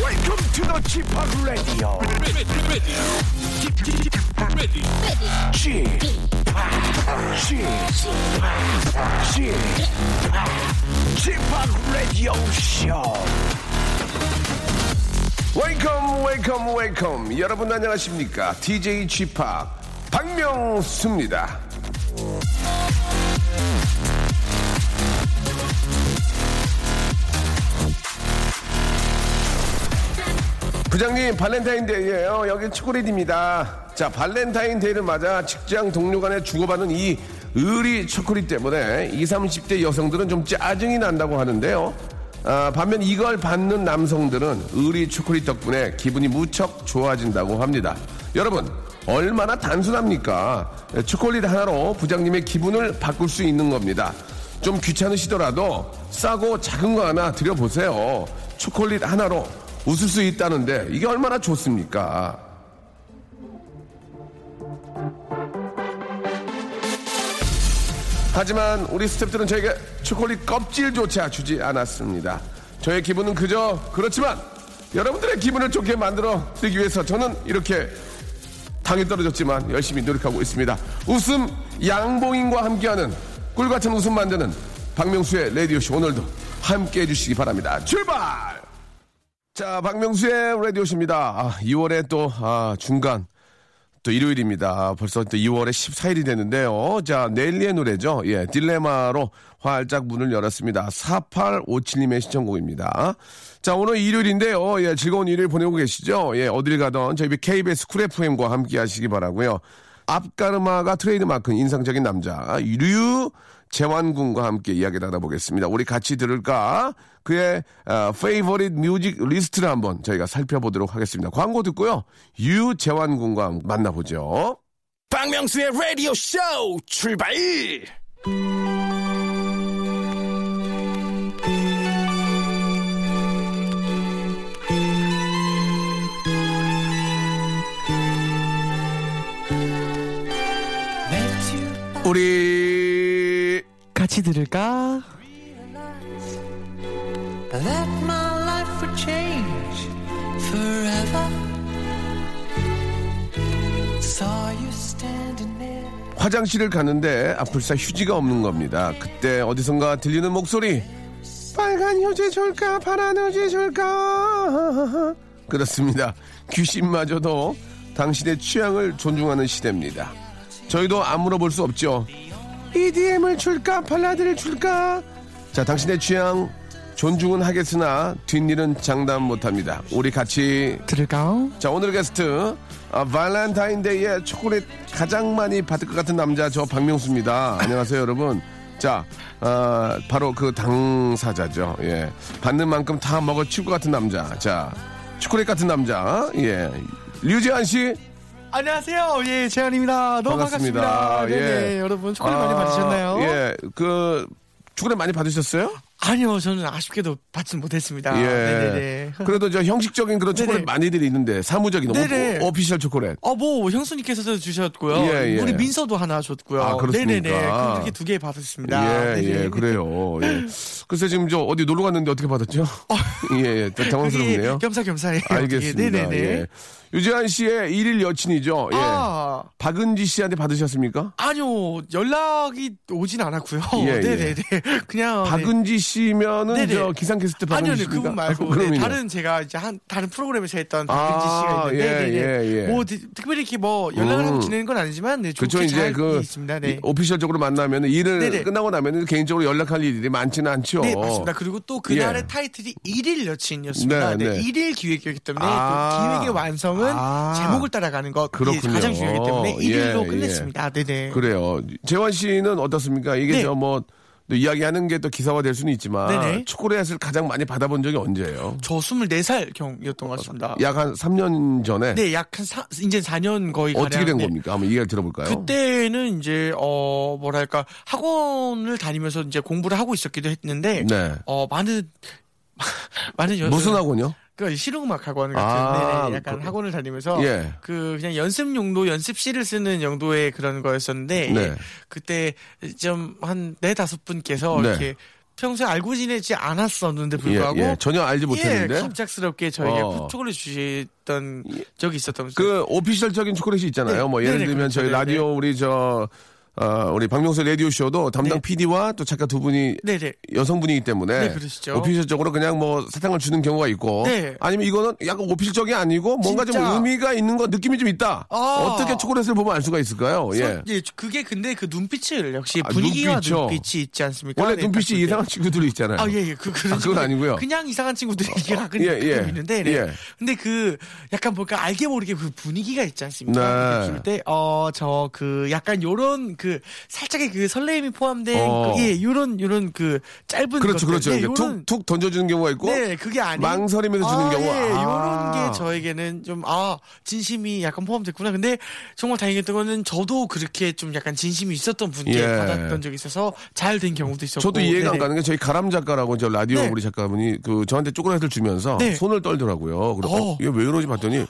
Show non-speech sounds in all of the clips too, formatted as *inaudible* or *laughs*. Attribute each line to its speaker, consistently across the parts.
Speaker 1: Welcome to the Chip Radio. Chip Chip Radio Show. Welcome, welcome, welcome. 여러분 안녕하십니까? DJ Chip 박명수입니다. 부장님 발렌타인데이예요. 여기 초콜릿입니다. 자 발렌타인데이를 맞아 직장 동료 간에 주고받는 이 의리 초콜릿 때문에 20, 30대 여성들은 좀 짜증이 난다고 하는데요. 아, 반면 이걸 받는 남성들은 의리 초콜릿 덕분에 기분이 무척 좋아진다고 합니다. 여러분 얼마나 단순합니까? 초콜릿 하나로 부장님의 기분을 바꿀 수 있는 겁니다. 좀 귀찮으시더라도 싸고 작은 거 하나 드려보세요. 초콜릿 하나로 웃을 수 있다는데 이게 얼마나 좋습니까? 하지만 우리 스탭들은 저에게 초콜릿 껍질조차 주지 않았습니다. 저의 기분은 그저 그렇지만 여러분들의 기분을 좋게 만들어 드리기 위해서 저는 이렇게 당이 떨어졌지만 열심히 노력하고 있습니다. 웃음 양봉인과 함께하는 꿀 같은 웃음 만드는 박명수의 라디오쇼 오늘도 함께 해주시기 바랍니다. 출발! 자, 박명수의 라디오쇼입니다. 아, 2월에 또, 아, 중간, 또 일요일입니다. 아, 벌써 또 2월에 14일이 됐는데요. 자, 넬리의 노래죠. 예, 딜레마로 활짝 문을 열었습니다. 4857님의 신청곡입니다. 자, 오늘 일요일인데요. 예, 즐거운 일요일 보내고 계시죠? 예, 어딜 가던 저희 KBS 쿨 FM과 함께 하시기 바라고요 앞가르마가 트레이드 마크인 인상적인 남자, 류, 재환군과 함께 이야기 나눠보겠습니다. 우리 같이 들을까? 그의 어, favorite music 리스트를 한번 저희가 살펴보도록 하겠습니다. 광고 듣고요. 유재환군과 만나보죠.
Speaker 2: 박명수의 라디오 쇼 출발!
Speaker 1: 우리
Speaker 3: 같이 들을까?
Speaker 4: that my life would change forever. Saw you standing there.
Speaker 1: 화장실을 가는데 아플싸 휴지가 없는 겁니다. 그때 어디선가 들리는 목소리. 빨간 휴지 줄까? 파란 휴지 줄까? 그렇습니다. 귀신마저도 당신의 취향을 존중하는 시대입니다. 저희도 안 물어볼 수 없죠. EDM을 줄까? 발라드를 줄까? 자, 당신의 취향 존중은 하겠으나 뒷일은 장담 못합니다. 우리 같이
Speaker 3: 들을까?
Speaker 1: 자 오늘 게스트 아, 발렌타인데이에 초콜릿 가장 많이 받을 것 같은 남자 저 박명수입니다. 안녕하세요 여러분. 자 아, 바로 그 당사자죠. 예 받는 만큼 다 먹어치울 것 같은 남자. 자 초콜릿 같은 남자. 예 류재환 씨
Speaker 3: 안녕하세요. 예, 재현입니다. 너무
Speaker 1: 반갑습니다. 예.
Speaker 3: 반갑습니다. 네네, 여러분 초콜릿 많이
Speaker 1: 아,
Speaker 3: 받으셨나요?
Speaker 1: 예. 그 초콜릿 많이 받으셨어요?
Speaker 3: 아니요, 저는 아쉽게도 받진 못했습니다.
Speaker 1: 예.
Speaker 3: 네네네.
Speaker 1: 그래도 저 형식적인 그런 초콜릿
Speaker 3: 네네.
Speaker 1: 많이들이 있는데 사무적인 오-
Speaker 3: 네네.
Speaker 1: 오- 오피셜 초콜릿.
Speaker 3: 어, 뭐 형수님께서도 주셨고요.
Speaker 1: 예, 예.
Speaker 3: 우리 민서도 하나 줬고요.
Speaker 1: 아, 그렇습니까?
Speaker 3: 네네네. 그럼 이렇게 두 개 받았습니다.
Speaker 1: 예,
Speaker 3: 아, 네네.
Speaker 1: 예, 그래요. 예. 글쎄 지금 저 어디 놀러 갔는데 어떻게
Speaker 3: *laughs*
Speaker 1: 받았죠? 예, 예, 또 당황스럽네요.
Speaker 3: 그게 겸사겸사예요. 어떻게.
Speaker 1: 알겠습니다.
Speaker 3: 네네네.
Speaker 1: 예. 유재한 씨의 일일 여친이죠. 예.
Speaker 3: 아,
Speaker 1: 박은지 씨한테 받으셨습니까?
Speaker 3: 아니요, 연락이 오진 않았고요.
Speaker 1: 예, 예.
Speaker 3: 네네네. 그냥. 네.
Speaker 1: 박은지 씨면은
Speaker 3: 네네.
Speaker 1: 저 기상캐스트
Speaker 3: 아니요,
Speaker 1: 박은지
Speaker 3: 아니요,
Speaker 1: 씨입니까?
Speaker 3: 그분 말고
Speaker 1: 아,
Speaker 3: 네,
Speaker 1: 그럼요.
Speaker 3: 다른 제가 이제 한 다른 프로그램에서 했던
Speaker 1: 아,
Speaker 3: 박은지 씨가 있는데
Speaker 1: 예,
Speaker 3: 네, 네.
Speaker 1: 예, 예.
Speaker 3: 뭐 디- 특별히 이렇게 뭐 연락을
Speaker 1: 음.
Speaker 3: 하고 지내는 건 아니지만 네, 좋게
Speaker 1: 그쵸 이제
Speaker 3: 잘
Speaker 1: 그
Speaker 3: 있습니다. 네.
Speaker 1: 이- 오피셜적으로 만나면 일을
Speaker 3: 네네.
Speaker 1: 끝나고 나면 개인적으로 연락할 일이 많지는 않죠.
Speaker 3: 네 맞습니다. 그리고 또 그날의
Speaker 1: 예.
Speaker 3: 타이틀이 일일 여친이었습니다.
Speaker 1: 네,
Speaker 3: 네,
Speaker 1: 네.
Speaker 3: 일일 기획이었기 때문에
Speaker 1: 아.
Speaker 3: 또 기획의 완성은
Speaker 1: 아.
Speaker 3: 제목을 따라가는 것 그게
Speaker 1: 그렇군요.
Speaker 3: 가장 중요하기 때문에
Speaker 1: 예,
Speaker 3: 일일로
Speaker 1: 예.
Speaker 3: 끝냈습니다. 네네.
Speaker 1: 그래요. 재환 씨는 어떻습니까? 이게
Speaker 3: 네.
Speaker 1: 저 뭐 또 이야기하는 게 또 기사화 될 수는 있지만
Speaker 3: 네네.
Speaker 1: 초콜릿을 가장 많이 받아본 적이 언제예요?
Speaker 3: 저 24살 경이었던 것 같습니다.
Speaker 1: 아. 약 한 3년 전에
Speaker 3: 네, 약한 사- 이제 4년 거의
Speaker 1: 어떻게 된
Speaker 3: 가량인데
Speaker 1: 겁니까? 한번 이야기 들어볼까요?
Speaker 3: 그때는 이제 어 뭐랄까 학원을 다니면서 이제 공부를 하고 있었기도 했는데
Speaker 1: 네.
Speaker 3: 어 많은 *laughs* 많은 연
Speaker 1: 무슨 학원요?
Speaker 3: 그 실용음악 학원 같은
Speaker 1: 아,
Speaker 3: 네네, 약간
Speaker 1: 그-
Speaker 3: 학원을 다니면서
Speaker 1: 예.
Speaker 3: 그 그냥 연습 용도 연습실을 쓰는 용도의 그런 거였었는데
Speaker 1: 네.
Speaker 3: 예, 그때 좀 한 네다섯 분께서
Speaker 1: 네.
Speaker 3: 이렇게 평소에 알고 지내지 않았었는데 불구하고
Speaker 1: 예, 예. 전혀 알지 못했는데
Speaker 3: 예, 갑작스럽게 저에게
Speaker 1: 어. 예.
Speaker 3: 초콜릿 주셨던 적이 있었던
Speaker 1: 그 오피셜적인 초콜릿이 있잖아요.
Speaker 3: 네.
Speaker 1: 뭐 예를
Speaker 3: 네네,
Speaker 1: 들면
Speaker 3: 그렇죠.
Speaker 1: 저희
Speaker 3: 네네.
Speaker 1: 라디오 우리 저 어, 우리 박명수 라디오 쇼도 담당
Speaker 3: 네.
Speaker 1: PD와 또 작가 두 분이
Speaker 3: 네네
Speaker 1: 여성분이기 때문에
Speaker 3: 네, 그러시죠.
Speaker 1: 오피셜적으로 그냥 뭐 사탕을 주는 경우가 있고
Speaker 3: 네.
Speaker 1: 아니면 이거는 약간 오피셜적이 아니고 뭔가 좀
Speaker 3: 진짜.
Speaker 1: 의미가 있는 거 느낌이 좀 있다.
Speaker 3: 아.
Speaker 1: 어떻게 초콜릿을 보면 알 수가 있을까요? 예.
Speaker 3: 선- 예, 그게 근데 그 눈빛을 역시
Speaker 1: 아,
Speaker 3: 분위기와
Speaker 1: 눈빛이요?
Speaker 3: 눈빛 이 있지 않습니까?
Speaker 1: 원래
Speaker 3: 네, 딱
Speaker 1: 눈빛이
Speaker 3: 볼 때.
Speaker 1: 이상한 친구들이 있잖아요.
Speaker 3: 아, 예, 예. 그, 그런
Speaker 1: 아, 그건
Speaker 3: 친구들.
Speaker 1: 아니고요.
Speaker 3: 그냥 이상한 친구들이 얘기가 끔
Speaker 1: 예, 예.
Speaker 3: 있는데. 네.
Speaker 1: 예.
Speaker 3: 근데 그, 약간 뭘까, 알게 모르게 그 분위기가 있지 않습니까?
Speaker 1: 네.
Speaker 3: 그 때, 어, 저, 그, 약간 요런 그, 살짝의 그 설레임이 포함된,
Speaker 1: 어.
Speaker 3: 그, 예, 요런, 요런 그, 짧은.
Speaker 1: 그렇죠, 그렇죠.
Speaker 3: 것들. 네,
Speaker 1: 이게
Speaker 3: 요런-
Speaker 1: 툭툭 던져주는 경우가 있고
Speaker 3: 네, 그게 아니고.
Speaker 1: 망설이면서 주는
Speaker 3: 아,
Speaker 1: 경우가.
Speaker 3: 예,
Speaker 1: 아.
Speaker 3: 요런 게 저에게는 좀, 아, 진심이 약간 포함됐구나. 근데 정말 다행이었던 거는 저도 그렇게 좀 약간 진심이 있었던 분께
Speaker 1: 예.
Speaker 3: 받았던 적이 있어서 잘 된 경우도 있었고.
Speaker 1: 저도 이해가 안
Speaker 3: 네네.
Speaker 1: 가는 게 저희 가람 작가라고 저 라디오
Speaker 3: 네.
Speaker 1: 우리 작가분이 그 저한테 초콜릿을 주면서
Speaker 3: 네.
Speaker 1: 손을 떨더라고요. 그래서
Speaker 3: 어. 아,
Speaker 1: 이게 왜 이러지 봤더니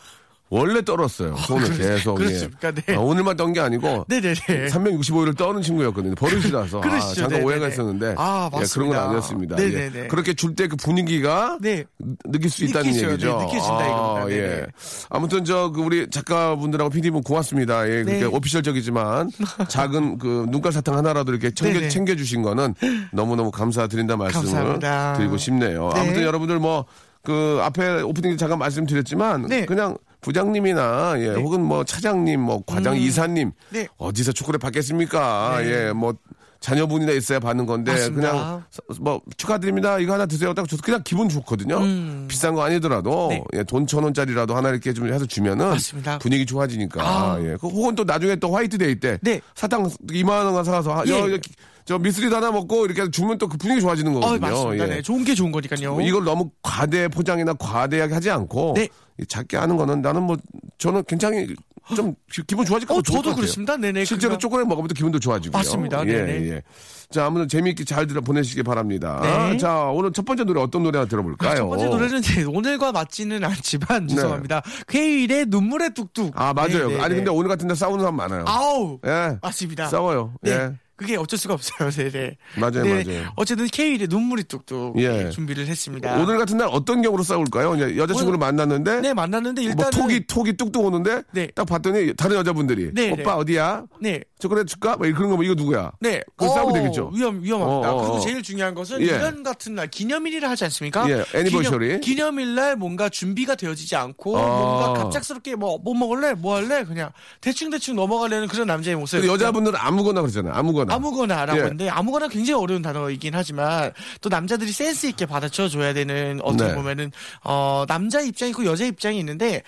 Speaker 1: 원래 떨었어요. 손을
Speaker 3: 그렇-
Speaker 1: 계속. 예.
Speaker 3: 그렇습니까? 네.
Speaker 1: 아, 오늘만 떤 게 아니고
Speaker 3: 네네네.
Speaker 1: 365일을 떠는 친구였거든요. 버릇이라서 아,
Speaker 3: *laughs* 그러시죠.
Speaker 1: 잠깐
Speaker 3: 네네네.
Speaker 1: 오해가 있었는데 예, 그런
Speaker 3: 아,
Speaker 1: 건
Speaker 3: 맞습니다.
Speaker 1: 아니었습니다.
Speaker 3: 네네네.
Speaker 1: 예. 그렇게 줄 때 그 분위기가
Speaker 3: 네.
Speaker 1: 느낄 수 있다는
Speaker 3: 느끼죠.
Speaker 1: 얘기죠.
Speaker 3: 네, 느껴진다 이겁니다. 네네.
Speaker 1: 예. 아무튼 저그 우리 작가분들하고 PD분 고맙습니다. 예, 그렇게
Speaker 3: 네.
Speaker 1: 오피셜적이지만
Speaker 3: *laughs*
Speaker 1: 작은 그 눈깔 사탕 하나라도 이렇게
Speaker 3: 네네.
Speaker 1: 챙겨 주신 거는 너무 너무 감사드린다 말씀을
Speaker 3: 감사합니다.
Speaker 1: 드리고 싶네요.
Speaker 3: 네.
Speaker 1: 아무튼 여러분들 뭐 그 앞에 오프닝 에 잠깐 말씀드렸지만
Speaker 3: 네.
Speaker 1: 그냥 부장님이나 예, 혹은 뭐 차장님, 뭐 과장 이사님
Speaker 3: 네.
Speaker 1: 어디서 초콜릿 받겠습니까? 예, 뭐 자녀분이나 있어야 받는 건데
Speaker 3: 맞습니다.
Speaker 1: 그냥 뭐 축하드립니다. 이거 하나 드세요. 딱 저도 그냥 기분 좋거든요. 비싼 거 아니더라도
Speaker 3: 음. 네.
Speaker 1: 예, 돈 천 원짜리라도 하나 이렇게 좀 해서 주면은
Speaker 3: 맞습니다.
Speaker 1: 분위기 좋아지니까.
Speaker 3: 아.
Speaker 1: 예. 그 혹은 또 나중에 또 화이트데이 때
Speaker 3: 네.
Speaker 1: 사탕 2만 원 사서 하-
Speaker 3: 예.
Speaker 1: 여- 여- 저 미스리도 하나 먹고 이렇게 해서 주면 또 그 분위기 좋아지는
Speaker 3: 어,
Speaker 1: 거거든요.
Speaker 3: 맞습니다.
Speaker 1: 예.
Speaker 3: 네. 좋은 게 좋은 거니까요.
Speaker 1: 뭐 이걸 너무 과대 포장이나 과대하게 하지 않고
Speaker 3: 네.
Speaker 1: 이 작게 하는 거는 나는 뭐 저는 굉장히 좀 기- 기분 좋아질 것
Speaker 3: 어,
Speaker 1: 좋을 것
Speaker 3: 저도
Speaker 1: 같아요.
Speaker 3: 그렇습니다. 네네.
Speaker 1: 실제로
Speaker 3: 그냥-
Speaker 1: 초콜릿 먹으면 또 기분도 좋아지고요.
Speaker 3: 맞습니다.
Speaker 1: 예,
Speaker 3: 네네.
Speaker 1: 예. 자, 아무튼 재미있게 잘 들어 보내시기 바랍니다.
Speaker 3: 네.
Speaker 1: 자, 오늘 첫 번째 노래 어떤 노래 하나 들어볼까요? 네.
Speaker 3: 첫 번째 노래는 네, 오늘과 맞지는 않지만 죄송합니다. 쾌일의 눈물의 뚝뚝.
Speaker 1: 아, 맞아요.
Speaker 3: 네, 네,
Speaker 1: 아니
Speaker 3: 네.
Speaker 1: 근데 오늘 같은 데 싸우는 사람 많아요.
Speaker 3: 아우
Speaker 1: 예.
Speaker 3: 맞습니다.
Speaker 1: 싸워요.
Speaker 3: 네.
Speaker 1: 예.
Speaker 3: 그게 어쩔 수가 없어요. 네네.
Speaker 1: 맞아요,
Speaker 3: 네,
Speaker 1: 맞아요.
Speaker 3: 어쨌든 K일의 눈물이 뚝뚝
Speaker 1: 예.
Speaker 3: 준비를 했습니다.
Speaker 1: 오늘 같은 날 어떤 경우로 싸울까요? 이제 여자친구를
Speaker 3: 오늘-
Speaker 1: 만났는데
Speaker 3: 네 만났는데 일단은
Speaker 1: 뭐 톡이 톡이 뚝뚝 오는데
Speaker 3: 네.
Speaker 1: 딱 봤더니 다른 여자분들이
Speaker 3: 네,
Speaker 1: 오빠
Speaker 3: 네.
Speaker 1: 어디야?
Speaker 3: 네
Speaker 1: 초콜릿 줄까? 뭐 그런 거 뭐 이거 누구야?
Speaker 3: 네.
Speaker 1: 그거 싸움이
Speaker 3: 어,
Speaker 1: 되겠죠?
Speaker 3: 위험, 위험합니다.
Speaker 1: 어, 어, 어.
Speaker 3: 그리고 제일 중요한 것은
Speaker 1: 예.
Speaker 3: 이런 같은 날, 기념일이라 하지 않습니까?
Speaker 1: 예, 애니버셔리.
Speaker 3: 기념, 일날 뭔가 준비가 되어지지 않고,
Speaker 1: 아.
Speaker 3: 뭔가 갑작스럽게 뭐, 뭐 먹을래? 뭐 할래? 그냥 대충대충 넘어가려는 그런 남자의 모습.
Speaker 1: 근데 여자분들은 아무거나 그러잖아요. 아무거나.
Speaker 3: 네. 아무거나라고
Speaker 1: 예.
Speaker 3: 했는데 아무거나 굉장히 어려운 단어이긴 하지만 또 남자들이 센스 있게 받아쳐 줘야 되는 어떻게
Speaker 1: 네.
Speaker 3: 보면은 어 남자 입장이 있고 여자 입장이 있는데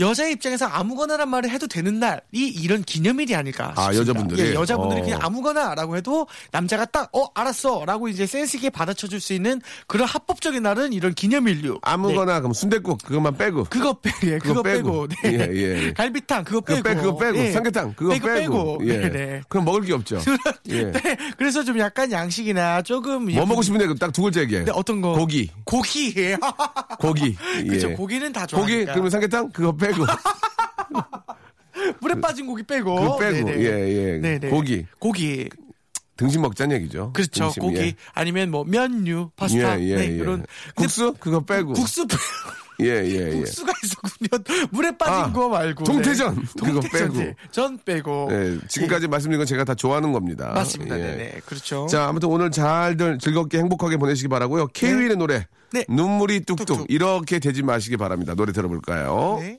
Speaker 3: 여자 입장에서 아무거나란 말을 해도 되는 날이 이런 기념일이 아닐까
Speaker 1: 아,
Speaker 3: 싶습니다.
Speaker 1: 여자분들이?
Speaker 3: 예, 여자분들이
Speaker 1: 어.
Speaker 3: 그냥 아무거나라고 해도 남자가 딱 어 알았어라고 이제 센스 있게 받아쳐 줄 수 있는 그런 합법적인 날은 이런 기념일류. 네.
Speaker 1: 아무거나 그럼 순댓국 그것만 빼고.
Speaker 3: 그거 빼, 예,
Speaker 1: 그거
Speaker 3: 그거
Speaker 1: 빼고.
Speaker 3: 빼고, 네.
Speaker 1: 예, 예, 예.
Speaker 3: 갈비탕 그거
Speaker 1: 그거
Speaker 3: 빼고,
Speaker 1: 빼 그거 빼고
Speaker 3: 예.
Speaker 1: 삼계탕 그거
Speaker 3: 빼고,
Speaker 1: 빼고.
Speaker 3: 빼고.
Speaker 1: 예.
Speaker 3: 네, 네.
Speaker 1: 그럼 먹을 게
Speaker 3: *laughs*
Speaker 1: 없죠. 예.
Speaker 3: 네, 그래서 좀 약간 양식이나 조금
Speaker 1: 뭐 먹고
Speaker 3: 예쁜-
Speaker 1: 싶은데 딱 두 글자 얘기해.
Speaker 3: 네, 어떤 거?
Speaker 1: 고기.
Speaker 3: 고기. *laughs*
Speaker 1: 고기.
Speaker 3: 그렇죠.
Speaker 1: 예.
Speaker 3: 고기는 다 좋아.
Speaker 1: 고기 그러면 삼계탕 그거
Speaker 3: *laughs*
Speaker 1: 빼고.
Speaker 3: 물에 빠진 고기 빼고. 네,
Speaker 1: 그거 빼고, 예, 예. 고기.
Speaker 3: 고기.
Speaker 1: 등심 먹자는 얘기죠.
Speaker 3: 그렇죠.
Speaker 1: 등심,
Speaker 3: 고기
Speaker 1: 예.
Speaker 3: 아니면 뭐 면류, 파스타.
Speaker 1: 예, 예,
Speaker 3: 네,
Speaker 1: 예.
Speaker 3: 이런
Speaker 1: 국수 그거 빼고.
Speaker 3: 국수 빼-
Speaker 1: 예, 예, 예.
Speaker 3: 국수가 있었군요. 물에 빠진
Speaker 1: 아,
Speaker 3: 거 말고. 네.
Speaker 1: 동태전! 그거
Speaker 3: 동태전.
Speaker 1: 빼고.
Speaker 3: 예. 전 빼고.
Speaker 1: 예, 지금까지 말씀드린 건 제가 다 좋아하는 겁니다.
Speaker 3: 맞습니다.
Speaker 1: 예.
Speaker 3: 네네. 그렇죠.
Speaker 1: 자, 아무튼 오늘 잘들 즐겁게 행복하게 보내시기 바라고요. 케이윌의 노래
Speaker 3: 네.
Speaker 1: 눈물이 뚝뚝.
Speaker 3: 뚝뚝.
Speaker 1: 이렇게 되지 마시기 바랍니다. 노래 들어볼까요?
Speaker 3: 네.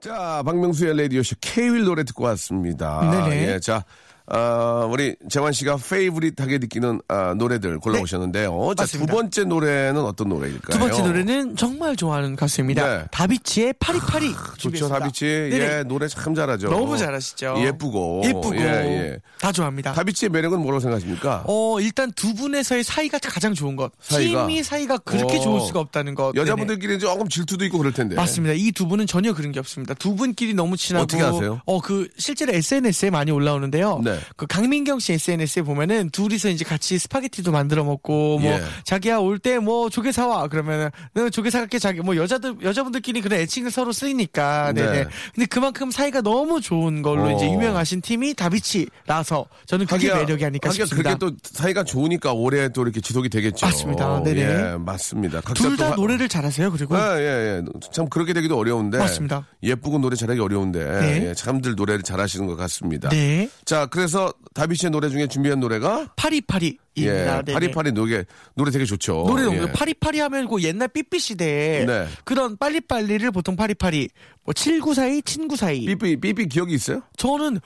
Speaker 1: 자, 박명수의 레디오쇼 케이윌 노래 듣고 왔습니다.
Speaker 3: 네네.
Speaker 1: 예, 자, 아, 우리 재환 씨가 페이브릿하게 느끼는 아, 노래들 골라오셨는데요. 자, 두
Speaker 3: 네, 맞습니다.
Speaker 1: 번째 노래는 어떤 노래일까요?
Speaker 3: 두 번째 노래는 정말 좋아하는 가수입니다.
Speaker 1: 네. 아,
Speaker 3: 다비치의 파리파리.
Speaker 1: 좋죠,
Speaker 3: 준비했습니다.
Speaker 1: 다비치.
Speaker 3: 네네.
Speaker 1: 예, 노래 참 잘하죠.
Speaker 3: 너무 잘하시죠.
Speaker 1: 예쁘고.
Speaker 3: 예쁘고.
Speaker 1: 예, 예.
Speaker 3: 다 좋아합니다.
Speaker 1: 다비치의 매력은 뭐라고 생각하십니까?
Speaker 3: 어, 일단 두 분에서의 사이가 가장 좋은 것.
Speaker 1: 사이가?
Speaker 3: 팀이 사이가 그렇게
Speaker 1: 어.
Speaker 3: 좋을 수가 없다는 것. 네네.
Speaker 1: 여자분들끼리 조금 질투도 있고 그럴 텐데.
Speaker 3: 맞습니다. 이 두 분은 전혀 그런 게 없습니다. 두 분끼리 너무 친하고
Speaker 1: 네. 어떻게 아세요?
Speaker 3: 어, 그 실제로 SNS에 많이 올라오는데요.
Speaker 1: 네.
Speaker 3: 그 강민경 씨 SNS에 보면은 둘이서 이제 같이 스파게티도 만들어 먹고 뭐
Speaker 1: 예.
Speaker 3: 자기야 올 때 뭐 조개 사와 그러면은 네, 조개 사갈게 자기 뭐 여자들 여자분들끼리 그런 애칭을 서로 쓰이니까
Speaker 1: 네.
Speaker 3: 네네. 근데 그만큼 사이가 너무 좋은 걸로
Speaker 1: 어.
Speaker 3: 이제 유명하신 팀이 다비치라서 저는 그게 매력이 아닐까
Speaker 1: 하기야
Speaker 3: 싶습니다.
Speaker 1: 그렇게 또 사이가 좋으니까 올해 또 이렇게 지속이 되겠죠.
Speaker 3: 맞습니다. 네네.
Speaker 1: 예, 맞습니다. 각자
Speaker 3: 둘
Speaker 1: 또
Speaker 3: 다
Speaker 1: 화-
Speaker 3: 노래를 잘하세요. 그리고
Speaker 1: 아, 예, 예. 참 그렇게 되기도 어려운데.
Speaker 3: 맞습니다.
Speaker 1: 예쁘고 노래 잘하기 어려운데.
Speaker 3: 네.
Speaker 1: 예, 참들 노래를 잘하시는 것 같습니다.
Speaker 3: 네.
Speaker 1: 자, 그래서 다비치의 노래 중에 준비한 노래가
Speaker 3: 파리파리입니다.
Speaker 1: 예,
Speaker 3: 네네.
Speaker 1: 파리파리 노래 노래 되게 좋죠.
Speaker 3: 노래 너무
Speaker 1: 예.
Speaker 3: 좋아요. 파리파리 하면 그 옛날 삐삐 시대에
Speaker 1: 네.
Speaker 3: 그런 빨리빨리를 보통 파리파리 뭐 7942, 친구 사이
Speaker 1: 삐삐 삐삐 기억이 있어요?
Speaker 3: 저는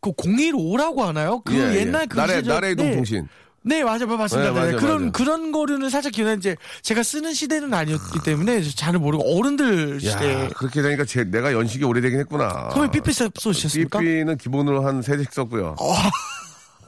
Speaker 3: 그 015라고 하나요? 그
Speaker 1: 예, 예.
Speaker 3: 옛날 그
Speaker 1: 나래-
Speaker 3: 시절-
Speaker 1: 나래 이동 통신.
Speaker 3: 네 맞아요 맞습니다
Speaker 1: 네, 맞아요,
Speaker 3: 네, 그런
Speaker 1: 맞아요.
Speaker 3: 그런 거류는 살짝 기억나 이제 제가 쓰는 시대는 아니었기 때문에 잘 모르고 어른들
Speaker 1: 야,
Speaker 3: 시대
Speaker 1: 그렇게 되니까 제, 내가 연식이 오래되긴 했구나.
Speaker 3: 네. 처음에 삐삐 쏘셨습니까?
Speaker 1: 아,
Speaker 3: 아.
Speaker 1: 삐삐는 기본으로 한 세 씩 썼고요.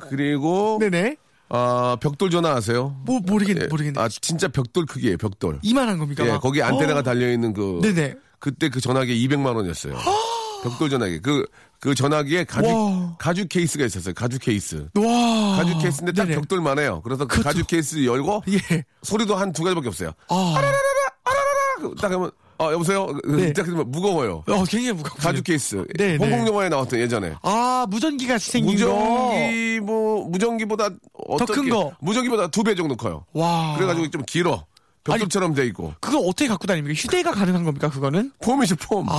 Speaker 1: 그리고
Speaker 3: 네네
Speaker 1: 아, 벽돌 전화 아세요?
Speaker 3: 뭐 모르겠
Speaker 1: 예.
Speaker 3: 모르겠네
Speaker 1: 아, 진짜 벽돌 크기예요, 벽돌.
Speaker 3: 이만한 겁니까?
Speaker 1: 예,
Speaker 3: 막?
Speaker 1: 거기 안테나가
Speaker 3: 어.
Speaker 1: 달려 있는 그
Speaker 3: 네네.
Speaker 1: 그때 그 전화기 200만 원이었어요.
Speaker 3: *gasps*
Speaker 1: 벽돌 전화기. 그 그 전화기에 가죽
Speaker 3: 와.
Speaker 1: 가죽 케이스가 있었어요. 가죽 케이스.
Speaker 3: 와
Speaker 1: 가죽 케이스인데 딱
Speaker 3: 네네.
Speaker 1: 벽돌만 해요. 그래서 그
Speaker 3: 그것도-
Speaker 1: 가죽 케이스 열고
Speaker 3: 예.
Speaker 1: 소리도 한 두 가지밖에 없어요.
Speaker 3: 아,
Speaker 1: 그- 딱 하면 아 여보세요.
Speaker 3: 네.
Speaker 1: 딱 하면 무거워요.
Speaker 3: 어, 굉장히 무겁고
Speaker 1: 가죽 케이스.
Speaker 3: 네,
Speaker 1: 홍콩
Speaker 3: 네.
Speaker 1: 영화에 나왔던 예전에.
Speaker 3: 아 무전기 같이 생긴 거.
Speaker 1: 무전기 뭐 무전기보다 어떻게-
Speaker 3: 큰 거.
Speaker 1: 무전기보다 두 배 정도 커요.
Speaker 3: 와.
Speaker 1: 그래가지고 좀 길어. 벽돌처럼 돼 있고.
Speaker 3: 그걸 어떻게 갖고 다닙니까? 휴대가 가능한 겁니까 그거는?
Speaker 1: 폼이죠, 폼.
Speaker 3: 아.
Speaker 1: *laughs*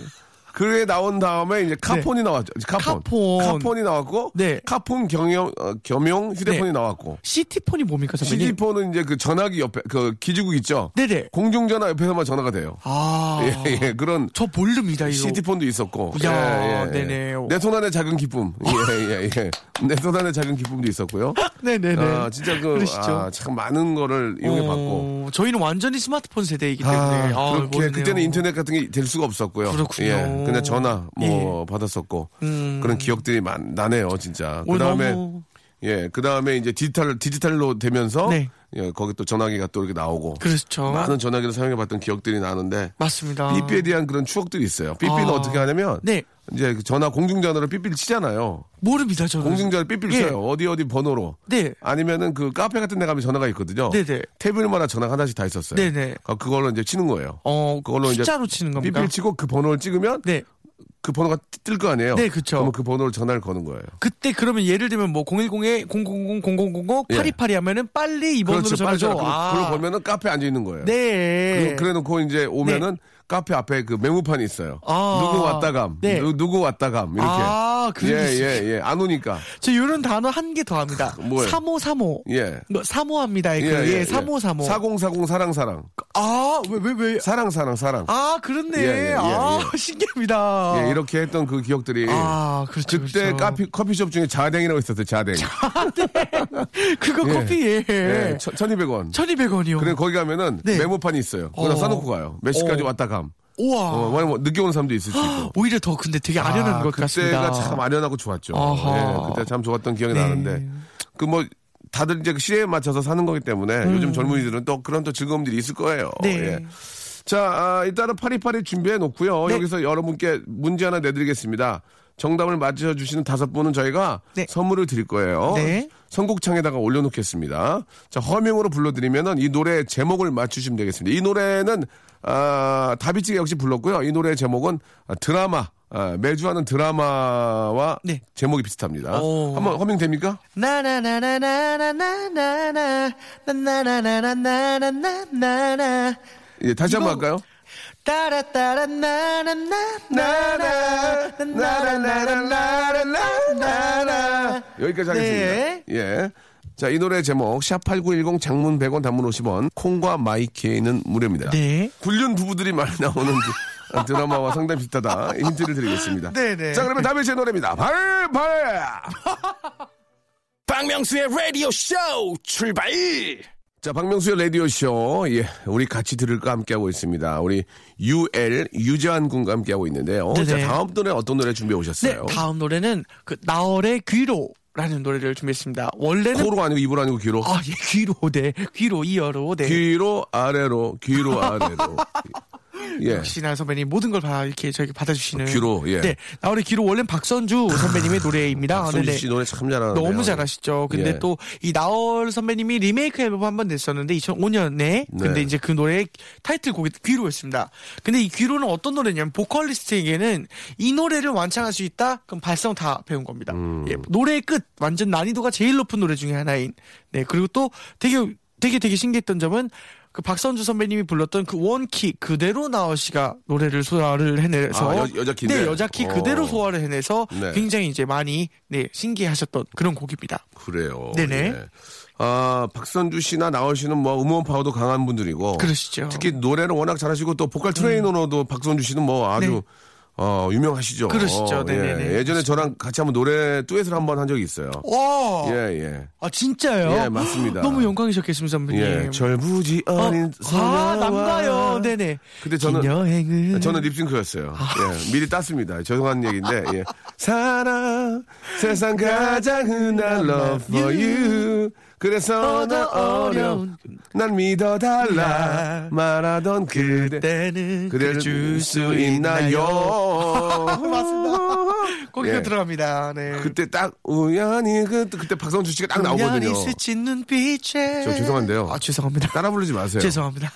Speaker 3: 네.
Speaker 1: 그게 나온 다음에 이제 카폰이 나왔죠. 카폰.
Speaker 3: 카폰.
Speaker 1: 이 나왔고
Speaker 3: 네.
Speaker 1: 카폰 경영 어, 겸용 휴대폰이
Speaker 3: 네.
Speaker 1: 나왔고
Speaker 3: 시티폰이 뭡니까 선배님?
Speaker 1: CD폰은 이제 그 전화기 옆에 그 기지국 있죠.
Speaker 3: 네네.
Speaker 1: 공중전화 옆에서만 전화가 돼요.
Speaker 3: 아.
Speaker 1: *laughs* 예, 예. 그런
Speaker 3: 저 모릅니다 이거.
Speaker 1: CD폰도 있었고.
Speaker 3: 이야,
Speaker 1: 예, 예, 예.
Speaker 3: 네네.
Speaker 1: 내 손 안에 작은 기쁨. 예, 예, 예. 내 손 안에 작은 기쁨도 있었고요.
Speaker 3: 네네네.
Speaker 1: 아, 진짜 그,
Speaker 3: 그러시죠.
Speaker 1: 아, 참 많은 거를 이용해 봤고.
Speaker 3: 어, 저희는 완전히 스마트폰 세대이기 때문에. 아,
Speaker 1: 아, 그렇게
Speaker 3: 모르네요.
Speaker 1: 그때는 인터넷 같은 게 될 수가 없었고요.
Speaker 3: 그렇군요. 예.
Speaker 1: 예, 그냥 전화 뭐 받았었고 그런 기억들이 많, 나네요, 진짜.
Speaker 3: 오,
Speaker 1: 그 다음에
Speaker 3: 어, 너무-
Speaker 1: 예, 그 다음에 이제 디지털 디지털로 되면서
Speaker 3: 네.
Speaker 1: 예, 거기 또 전화기가 또 이렇게 나오고
Speaker 3: 그렇죠.
Speaker 1: 많은 전화기를 사용해봤던 기억들이 나는데
Speaker 3: 맞습니다.
Speaker 1: 삐삐에 대한 그런 추억들이 있어요. 삐삐는
Speaker 3: 아.
Speaker 1: 어떻게 하냐면
Speaker 3: 네.
Speaker 1: 이제 그 전화 공중전화로 삐삐를 치잖아요.
Speaker 3: 모릅니다 저는.
Speaker 1: 공중전화 삐삐를
Speaker 3: 예.
Speaker 1: 쳐요. 어디 어디 번호로.
Speaker 3: 네.
Speaker 1: 아니면은 그 카페 같은 데 가면 전화가 있거든요.
Speaker 3: 네네.
Speaker 1: 테이블마다 전화 하나씩 다 있었어요.
Speaker 3: 네네.
Speaker 1: 아, 그걸로 이제 치는 거예요.
Speaker 3: 어,
Speaker 1: 그걸로 이제
Speaker 3: 숫자로 치는 겁니까?
Speaker 1: 삐삐를 치고 그 번호를 찍으면
Speaker 3: 네.
Speaker 1: 그 번호가 뜰 거 아니에요.
Speaker 3: 네, 그쵸.
Speaker 1: 그러면 그 번호로 전화를 거는 거예요.
Speaker 3: 그때 그러면 예를 들면 뭐 010에 0000000 파리파리 하면은 빨리 이번으로
Speaker 1: 예. 그렇죠. 빨리
Speaker 3: 전화줘.
Speaker 1: 전화 그걸, 그걸 보면은 카페 앉아 있는 거예요.
Speaker 3: 네.
Speaker 1: 그, 그래 놓고 이제 오면은 카페 앞에 그 메모판이 있어요.
Speaker 3: 아.
Speaker 1: 누구 왔다 감.
Speaker 3: 네.
Speaker 1: 누, 누구 왔다 감. 이렇게.
Speaker 3: 아, 그런 게
Speaker 1: 예,
Speaker 3: 있어요.
Speaker 1: 예, 예. 안 오니까.
Speaker 3: 저 이런 단어 한 개 더 합니다.
Speaker 1: 뭐예요?
Speaker 3: 3535.
Speaker 1: 예.
Speaker 3: 뭐, 사모합니다. 그, 예, 3535.
Speaker 1: 4040 사랑 사랑.
Speaker 3: 아, 왜, 왜, 왜.
Speaker 1: 사랑 사랑 사랑.
Speaker 3: 아, 그렇네.
Speaker 1: 예, 예, 예,
Speaker 3: 아,
Speaker 1: 예.
Speaker 3: 신기합니다.
Speaker 1: 예, 이렇게 했던 그 기억들이
Speaker 3: 아, 그렇죠.
Speaker 1: 그때
Speaker 3: 그렇죠.
Speaker 1: 카피, 커피숍 중에 자댕이라고 있었어요. 자댕.
Speaker 3: 그거
Speaker 1: 예.
Speaker 3: 커피, 예.
Speaker 1: 예, 천- 1200원.
Speaker 3: 1200원이요.
Speaker 1: 그래 거기 가면은
Speaker 3: 네.
Speaker 1: 메모판이 있어요.
Speaker 3: 어.
Speaker 1: 그거 써놓고 가요. 몇 시까지
Speaker 3: 어.
Speaker 1: 왔다 감.
Speaker 3: 우와.
Speaker 1: 어, 만약 뭐 늦게 온 사람도 있을 수 있고.
Speaker 3: 오히려 더 근데 되게 *gasps* 아련한
Speaker 1: 아,
Speaker 3: 것 같습니다.
Speaker 1: 그때가 참 아련하고 좋았죠.
Speaker 3: 아하. 네.
Speaker 1: 예, 그때 참 좋았던 기억이 나는데 그 뭐 다들 이제 그 시대에 맞춰서 사는 거기 때문에 요즘 젊은이들은 또 그런 또 즐거움들이 있을 거예요.
Speaker 3: 음. 네.
Speaker 1: 예. 자, 아, 일단은 파리파리 준비해 놓고요.
Speaker 3: 네.
Speaker 1: 여기서 여러분께 문제 하나 내드리겠습니다. 정답을 맞춰주시는 다섯 분은 저희가
Speaker 3: 네.
Speaker 1: 선물을 드릴 거예요.
Speaker 3: 네.
Speaker 1: 선곡창에다가 올려놓겠습니다. 자, 허밍으로 불러드리면은 이 노래 제목을 맞추시면 되겠습니다. 이 노래는, 아, 다비치가 역시 불렀고요. 이 노래의 제목은 아, 드라마. 아, 매주 하는 드라마와
Speaker 3: 네.
Speaker 1: 제목이 비슷합니다.
Speaker 3: 오.
Speaker 1: 한번 허밍 됩니까?
Speaker 3: 나나나나나나나나, 나나나나나나나나나.
Speaker 1: 예, 다시 한번
Speaker 3: 이거-
Speaker 1: 할까요?
Speaker 3: 따라따라 나나나나나, 나나나나나나나.
Speaker 1: 여기까지
Speaker 3: 네.
Speaker 1: 하겠습니다. 예. 자, 이 노래 제목 샵8910 장문 100원 단문 50원 콩과 마이케이는 무료입니다.
Speaker 3: 네.
Speaker 1: 굴륜 부부들이 많이 나오는 그 드라마와 상당히 비슷하다. 힌트를 드리겠습니다.
Speaker 3: 네네.
Speaker 1: 자, 그러면 다음 제 노래입니다. 발발!
Speaker 2: *laughs* 박명수의 라디오 쇼 출발!
Speaker 1: 자, 박명수의 라디오쇼. 예, 우리 같이 들을까 함께하고 있습니다. 우리 UL, 유재환 군과 함께하고 있는데요.
Speaker 3: 네네.
Speaker 1: 자, 다음 노래 어떤 노래 준비해
Speaker 3: 네,
Speaker 1: 오셨어요?
Speaker 3: 다음 노래는 그 나얼의 귀로라는 노래를 준비했습니다. 원래는
Speaker 1: 코로 아니고 입으로 아니고 귀로.
Speaker 3: 아, 예, 귀로, 네. 귀로, 이어로, 네.
Speaker 1: 귀로 아래로,
Speaker 3: *laughs*
Speaker 1: 귀로 아래로. 예.
Speaker 3: 역시나 선배님 모든 걸 다 이렇게 저에게 받아주시는
Speaker 1: 귀로, 예.
Speaker 3: 네 나얼의 귀로 원래 는 박선주 선배님의 노래입니다.
Speaker 1: 손지
Speaker 3: 근데
Speaker 1: 씨 노래 참 잘하는데.
Speaker 3: 아, 네, 너무 잘하시죠. 근데
Speaker 1: 예.
Speaker 3: 또 이 나얼 선배님이 리메이크 앨범 한 번 냈었는데 2005년에
Speaker 1: 네.
Speaker 3: 근데 이제 그 노래의 타이틀곡이 귀로였습니다. 근데 이 귀로는 어떤 노래냐면 보컬리스트에게는 이 노래를 완창할 수 있다? 그럼 발성 다 배운 겁니다.
Speaker 1: 음.
Speaker 3: 예, 노래의 끝 완전 난이도가 제일 높은 노래 중에 하나인. 네 그리고 또 되게 되게 되게 신기했던 점은 그 박선주 선배님이 불렀던 그 원키 그대로 나얼 씨가 노래를 소화를 해내서
Speaker 1: 아, 여- 여자 키인데?
Speaker 3: 네, 여자 키
Speaker 1: 어.
Speaker 3: 그대로 소화를 해내서
Speaker 1: 네.
Speaker 3: 굉장히 이제 많이 네 신기해하셨던 그런 곡입니다.
Speaker 1: 어, 그래요.
Speaker 3: 네네.
Speaker 1: 예. 아, 박선주 씨나 나얼 씨는 뭐 음원 파워도 강한 분들이고.
Speaker 3: 그러시죠. 음.
Speaker 1: 특히 노래를 워낙 잘하시고 또 보컬 트레이너로도 박선주 씨는 뭐 아주
Speaker 3: 네.
Speaker 1: 어, 유명하시죠.
Speaker 3: 그러시죠.
Speaker 1: 어,
Speaker 3: 네네네.
Speaker 1: 예. 전에 저랑 같이 한번 노래 듀엣을 한번 한 적이 있어요.
Speaker 3: 와,
Speaker 1: 예, 예.
Speaker 3: 아 진짜요?
Speaker 1: 예, 맞습니다.
Speaker 3: 너무 영광이셨겠습니다, 선배님.
Speaker 1: 예. 절부지
Speaker 3: 어,
Speaker 1: 어린
Speaker 3: 아,
Speaker 1: 소녀와
Speaker 3: 남가요. 네네.
Speaker 1: 근데 저는- 아,
Speaker 3: 긴 여행은
Speaker 1: 네, 저는 립싱크였어요. 예, 미리 땄습니다. 죄송한 얘기인데. 예. 사랑 세상 가장 흔한 love for you. 그래서 난 어려운 난 믿어달라 말하던 그대
Speaker 3: 때는
Speaker 1: 그대를 줄 수 *laughs* 있나요?
Speaker 3: 맞습니다. 거기가
Speaker 1: 예.
Speaker 3: 들어갑니다. 네.
Speaker 1: 그때 딱 우연히 그 그때 박성주 씨가 딱 나오거든요.
Speaker 3: 우연히 스친 눈빛에.
Speaker 1: 저 죄송한데요.
Speaker 3: 아 죄송합니다.
Speaker 1: 따라 부르지 마세요.
Speaker 3: 죄송합니다.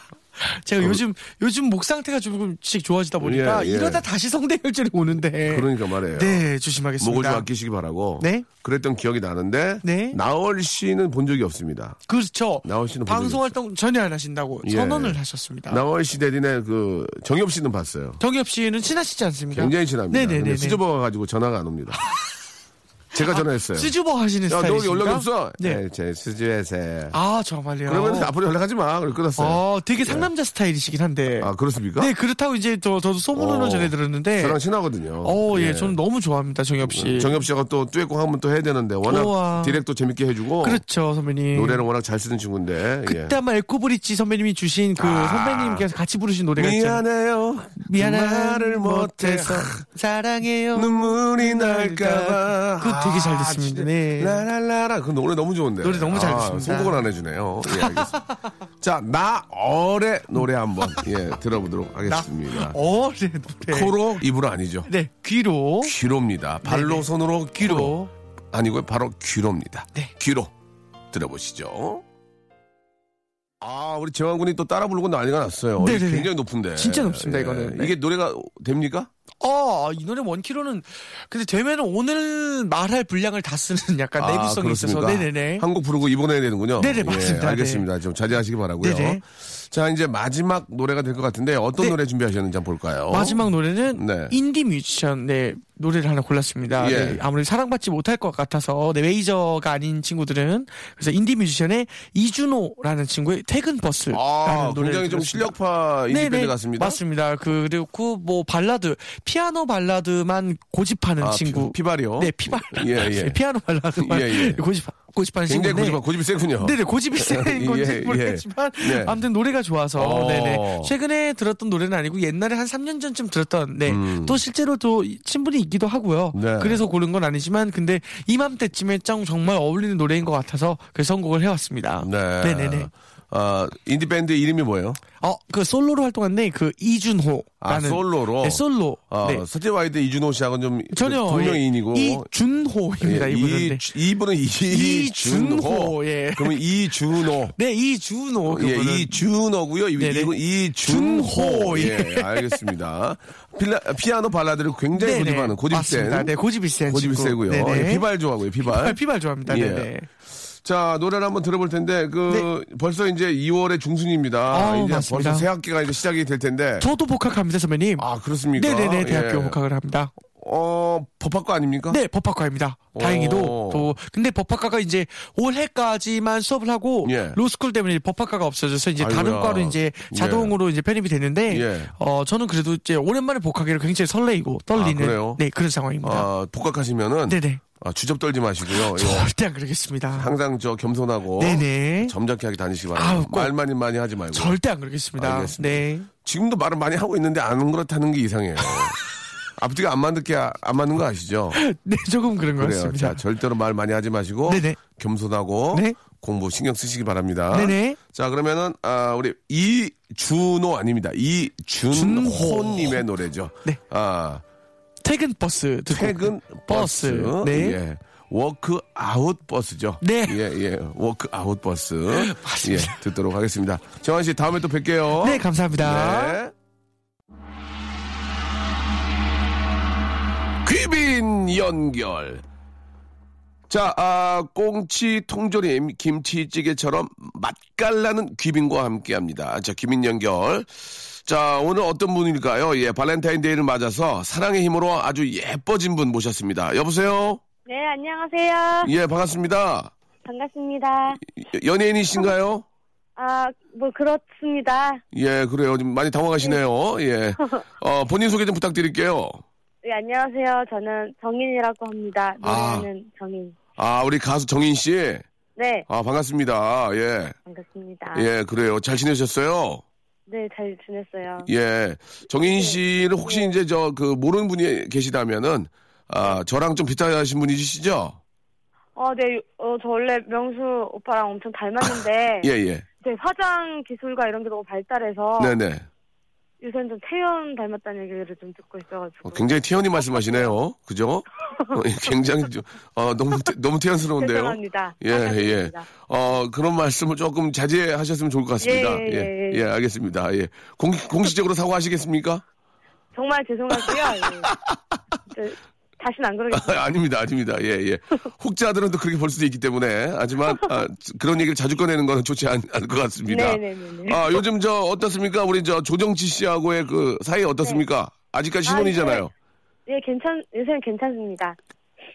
Speaker 3: 제가 요즘 요즘 목 상태가 조금씩 좋아지다 보니까
Speaker 1: 예, 예.
Speaker 3: 이러다 다시 성대결절이 오는데.
Speaker 1: 그러니까 말이에요.
Speaker 3: 네 조심하겠습니다.
Speaker 1: 목을 좀 아끼시기 바라고.
Speaker 3: 네.
Speaker 1: 그랬던 기억이 나는데
Speaker 3: 네.
Speaker 1: 나얼 씨는 본 적이 없습니다.
Speaker 3: 그렇죠.
Speaker 1: 나올 씨는 본
Speaker 3: 방송
Speaker 1: 적이
Speaker 3: 활동 전혀 안 하신다고
Speaker 1: 예.
Speaker 3: 선언을 하셨습니다.
Speaker 1: 나얼 씨 대신에 그 정엽 씨는 봤어요.
Speaker 3: 정엽 씨는 친하시지 않습니까?
Speaker 1: 굉장히 친합니다.
Speaker 3: 네네네.
Speaker 1: 근데 수줍어가 가지고 전화가 안
Speaker 3: *laughs*
Speaker 1: 옵니다. 제가 전화했어요.
Speaker 3: 수줍어 하시는
Speaker 1: 네. 야, 너
Speaker 3: 스타일이신가?
Speaker 1: 연락이 없어?
Speaker 3: 네.
Speaker 1: 네, 제 수주에서.
Speaker 3: 아 정말요.
Speaker 1: 그러면 앞으로 연락하지 마. 그걸 끊었어요.
Speaker 3: 어, 되게 상남자 스타일이시긴 한데.
Speaker 1: 아, 그렇습니까?
Speaker 3: 네 그렇다고 이제 저, 저도 소문으로
Speaker 1: 어,
Speaker 3: 전해 들었는데.
Speaker 1: 저랑 친하거든요. 음,
Speaker 3: 어, 예, 저는 너무 좋아합니다, 정엽 씨.
Speaker 1: 정엽 씨가 또 듀엣곡 한번 또 해야 되는데 워낙
Speaker 3: 우와.
Speaker 1: 디렉도 재밌게 해주고
Speaker 3: 그렇죠, 선배님.
Speaker 1: 노래를 워낙 잘 쓰는 친구인데 예. 아.
Speaker 3: 그때 아마 에코브릿지 선배님이 주신 그 선배님께서 같이 부르신 노래가 있잖아요.
Speaker 1: 미안해요.
Speaker 3: 미안한
Speaker 1: 말을 못해서
Speaker 3: 사랑해요.
Speaker 1: 눈물이 날까봐. 아,
Speaker 3: 그거 되게 잘 됐습니다.
Speaker 1: 진짜.
Speaker 3: 네.
Speaker 1: 라라라라. 그 노래 너무 좋은데.
Speaker 3: 노래 너무 잘
Speaker 1: 아,
Speaker 3: 됐습니다.
Speaker 1: 선곡을 안 해주네요. 예, 알겠습니다. 자, 나얼의 노래 한번 예 들어보도록 하겠습니다.
Speaker 3: 어, 네, 노래.
Speaker 1: 코로 입으로 아니죠.
Speaker 3: 네, 귀로.
Speaker 1: 귀로입니다. 발로
Speaker 3: 네네.
Speaker 1: 손으로 귀로.
Speaker 3: 귀로.
Speaker 1: 아니고요. 바로 귀로입니다.
Speaker 3: 네.
Speaker 1: 귀로 들어보시죠. 아, 우리 재환 군이 또 따라 부르고 난리가 났어요. 이게
Speaker 3: 네네네.
Speaker 1: 굉장히 높은데. 예.
Speaker 3: 진짜 높습니다, 이거는. 네.
Speaker 1: 이게 노래가 됩니까?
Speaker 3: 어, 이 노래 원키로는 근데 되면은 오늘 말할 분량을 다 쓰는 약간 내구성이 있어서
Speaker 1: 아, 그렇습니까?
Speaker 3: 네네네.
Speaker 1: 한곡 부르고 입원해야 되는군요.
Speaker 3: 네네, 맞습니다.
Speaker 1: 예, 알겠습니다. 좀 자제하시기 바라고요.
Speaker 3: 네네.
Speaker 1: 자 이제 마지막 노래가 될 것 같은데 어떤
Speaker 3: 네.
Speaker 1: 노래 준비하셨는지 한번 볼까요?
Speaker 3: 마지막 노래는
Speaker 1: 어? 네.
Speaker 3: 인디 뮤지션 네, 노래를 하나 골랐습니다.
Speaker 1: 예.
Speaker 3: 네, 아무래도 사랑받지 못할 것 같아서 네, 메이저가 아닌 친구들은 그래서 인디 뮤지션의 이준호라는 친구의 퇴근 버스라는
Speaker 1: 아
Speaker 3: 노래를
Speaker 1: 굉장히 좀
Speaker 3: 들었습니다.
Speaker 1: 실력파 인디 밴드
Speaker 3: 네네,
Speaker 1: 같습니다.
Speaker 3: 맞습니다. 그리고 뭐 발라드, 피아노 발라드만 고집하는
Speaker 1: 아,
Speaker 3: 친구.
Speaker 1: 피, 발이요
Speaker 3: 네, 피발.
Speaker 1: 예, 예.
Speaker 3: 피아노 발라드만
Speaker 1: 예, 예.
Speaker 3: 고집 고집하는 친구.
Speaker 1: 굉장히 고집 고집이 세군요. *laughs*
Speaker 3: 네네 고집이 센 건지
Speaker 1: 예, 예.
Speaker 3: 모르겠지만
Speaker 1: 예.
Speaker 3: 아무튼 노래가 좋아서
Speaker 1: 어.
Speaker 3: 네네 최근에 들었던 노래는 아니고 옛날에 한 3년 전쯤 들었던 네 또 실제로 또 친분이 있기도 하고요
Speaker 1: 음. 네.
Speaker 3: 그래서 고른 건 아니지만 근데 이맘때쯤에 짱 정말 어울리는 노래인 것 같아서 그 선곡을 해왔습니다
Speaker 1: 네.
Speaker 3: 네네
Speaker 1: 아 인디 밴드 이름이 뭐예요?
Speaker 3: 어그 솔로로 활동한데 그 이준호라는
Speaker 1: 아 솔로로.
Speaker 3: 네, 솔로
Speaker 1: 아,
Speaker 3: 네.
Speaker 1: 서태와이드 이준호 씨하고는 좀그
Speaker 3: 전혀
Speaker 1: 동명이인이고
Speaker 3: 예, 이준호입니다
Speaker 1: 예,
Speaker 3: 이분은 네.
Speaker 1: 이, 이분은 이- 이준호.
Speaker 3: 이준호, 예.
Speaker 1: 그러면 이준호.
Speaker 3: 네 이준호
Speaker 1: 예,
Speaker 3: 그분은
Speaker 1: 이준호고요. 이-
Speaker 3: 네네.
Speaker 1: 이분 이준호.
Speaker 3: 준호,
Speaker 1: 예, 알겠습니다. 필라, 피아노 발라드를 굉장히
Speaker 3: 네네.
Speaker 1: 고집하는 고집센.
Speaker 3: 맞습니다. 네, 고집이 센
Speaker 1: 고집이
Speaker 3: 친구.
Speaker 1: 세고요.
Speaker 3: 네네.
Speaker 1: 예, 피발 좋아하고요.
Speaker 3: 아,
Speaker 1: 피발.
Speaker 3: 피발 좋아합니다
Speaker 1: 예.
Speaker 3: 네네 네.
Speaker 1: 자 노래를 한번 들어볼 텐데 그 벌써 이제 2월의 중순입니다.
Speaker 3: 아우,
Speaker 1: 이제
Speaker 3: 맞습니다.
Speaker 1: 벌써 새 학기가 이제 시작이 될 텐데.
Speaker 3: 저도 복학합니다 선배님
Speaker 1: 아 그렇습니까?
Speaker 3: 네네네 대학교
Speaker 1: 예.
Speaker 3: 복학을 합니다.
Speaker 1: 어, 법학과 아닙니까?
Speaker 3: 네, 법학과입니다. 다행히도.
Speaker 1: 오.
Speaker 3: 또 근데 법학과가 이제 올해까지만 수업을 하고
Speaker 1: 예.
Speaker 3: 로스쿨 때문에 법학과가 없어져서 이제 다른
Speaker 1: 아이고야.
Speaker 3: 과로 이제 자동으로 이제 편입이 됐는데
Speaker 1: 예.
Speaker 3: 어 저는 그래도 이제 오랜만에 복학이라 굉장히 설레이고 떨리는
Speaker 1: 아, 그래요?
Speaker 3: 네 그런 상황입니다.
Speaker 1: 아, 복학하시면은
Speaker 3: 네네.
Speaker 1: 아, 주접 떨지 마시고요. 예.
Speaker 3: 절대 안 그러겠습니다.
Speaker 1: 항상 저 겸손하고
Speaker 3: 네네.
Speaker 1: 점잖게 하게 다니시기
Speaker 3: 아우,
Speaker 1: 바랍니다.
Speaker 3: 꼭.
Speaker 1: 말 많이 많이 하지 말고.
Speaker 3: 절대 안 그러겠습니다.
Speaker 1: 알겠습니다.
Speaker 3: 네.
Speaker 1: 지금도 말을 많이 하고 있는데 안 그렇다는 게
Speaker 3: *laughs*
Speaker 1: 이상해요. 앞뒤가 안 맞는 게, 안 맞는 거 아시죠?
Speaker 3: 네, 조금 그런 것
Speaker 1: 그래요.
Speaker 3: 같습니다.
Speaker 1: 자, 절대로 말 많이 하지 마시고
Speaker 3: 네네.
Speaker 1: 겸손하고
Speaker 3: 네.
Speaker 1: 공부 신경 쓰시기 바랍니다.
Speaker 3: 네네.
Speaker 1: 자, 그러면은 아, 우리 이준호 아닙니다. 이준호
Speaker 3: 준호.
Speaker 1: 님의 노래죠.
Speaker 3: 네.
Speaker 1: 아,
Speaker 3: 퇴근 버스 듣고
Speaker 1: 퇴근 버스.
Speaker 3: 네.
Speaker 1: 예. 워크 아웃 버스죠.
Speaker 3: 네.
Speaker 1: 예, 예. 워크 아웃
Speaker 3: *laughs*
Speaker 1: 버스. 예. 듣도록 하겠습니다. 정환 씨 다음에 또 뵐게요.
Speaker 3: 네, 감사합니다.
Speaker 1: 네. 귀빈 연결. 자, 아, 꽁치 통조림 김치찌개처럼 맛깔나는 귀빈과 함께합니다. 자, 귀빈 연결. 자, 오늘 어떤 분일까요? 예, 발렌타인데이를 맞아서 사랑의 힘으로 아주 예뻐진 분 모셨습니다. 여보세요?
Speaker 5: 네, 안녕하세요.
Speaker 1: 예, 반갑습니다.
Speaker 5: 반갑습니다.
Speaker 1: 여- 연예인이신가요?
Speaker 5: 아, 뭐, 그렇습니다.
Speaker 1: 예, 그래요. 좀 많이 당황하시네요. 예. 어, 본인 소개 좀 부탁드릴게요.
Speaker 5: 네, 안녕하세요. 저는 정인이라고 합니다.
Speaker 1: 아.
Speaker 5: 노래하는 정인.
Speaker 1: 아, 우리 가수 정인 씨.
Speaker 5: 네,
Speaker 1: 아, 반갑습니다. 예.
Speaker 5: 반갑습니다.
Speaker 1: 예, 그래요. 잘 지내셨어요?
Speaker 5: 네, 잘 지냈어요.
Speaker 1: 예.
Speaker 5: 네.
Speaker 1: 정인 씨를 혹시 이제 저 그 모르는 분이 계시다면은 아, 저랑 좀 비슷하신 분이시죠?
Speaker 5: 어, 네, 어, 저 원래 명수 오빠랑 엄청 닮았는데,
Speaker 1: 예, 예.
Speaker 5: 이제 화장 기술과 이런 게 너무 발달해서,
Speaker 1: 네, 네.
Speaker 5: 요새는 좀 태연 닮았다는 얘기를 좀 듣고 있어가지고.
Speaker 1: 어, 굉장히 태연히 말씀하시네요. 그죠? 어, 예, 굉장히 좀, 어, 너무 태- 너무
Speaker 5: *laughs*
Speaker 1: 태연스러운데요.
Speaker 5: 죄송합니다.
Speaker 1: 예, 예.
Speaker 5: 반갑습니다.
Speaker 1: 어, 그런 말씀을 조금 자제하셨으면 좋을 것 같습니다.
Speaker 5: 예, 예, 예,
Speaker 1: 예, 알겠습니다. 예. 공, 공식적으로 사과하시겠습니까?
Speaker 5: 정말 죄송하고요.
Speaker 1: *laughs*
Speaker 5: 예. 이제 다시는 안 그러겠습니다.
Speaker 1: 아, 아닙니다, 아닙니다. 예, 예. 혹자들은 또 그렇게 볼 수도 있기 때문에. 하지만, 아, 그런 얘기를 자주 꺼내는 건 좋지 않, 않을 것 같습니다.
Speaker 5: 네네네네.
Speaker 1: 아, 요즘 저, 어떻습니까? 우리 저, 조정치 씨하고의 그 사이 어떻습니까? 아직까지 신혼이잖아요.
Speaker 5: 네. 아, 예, 괜찮, 요새는 괜찮습니다.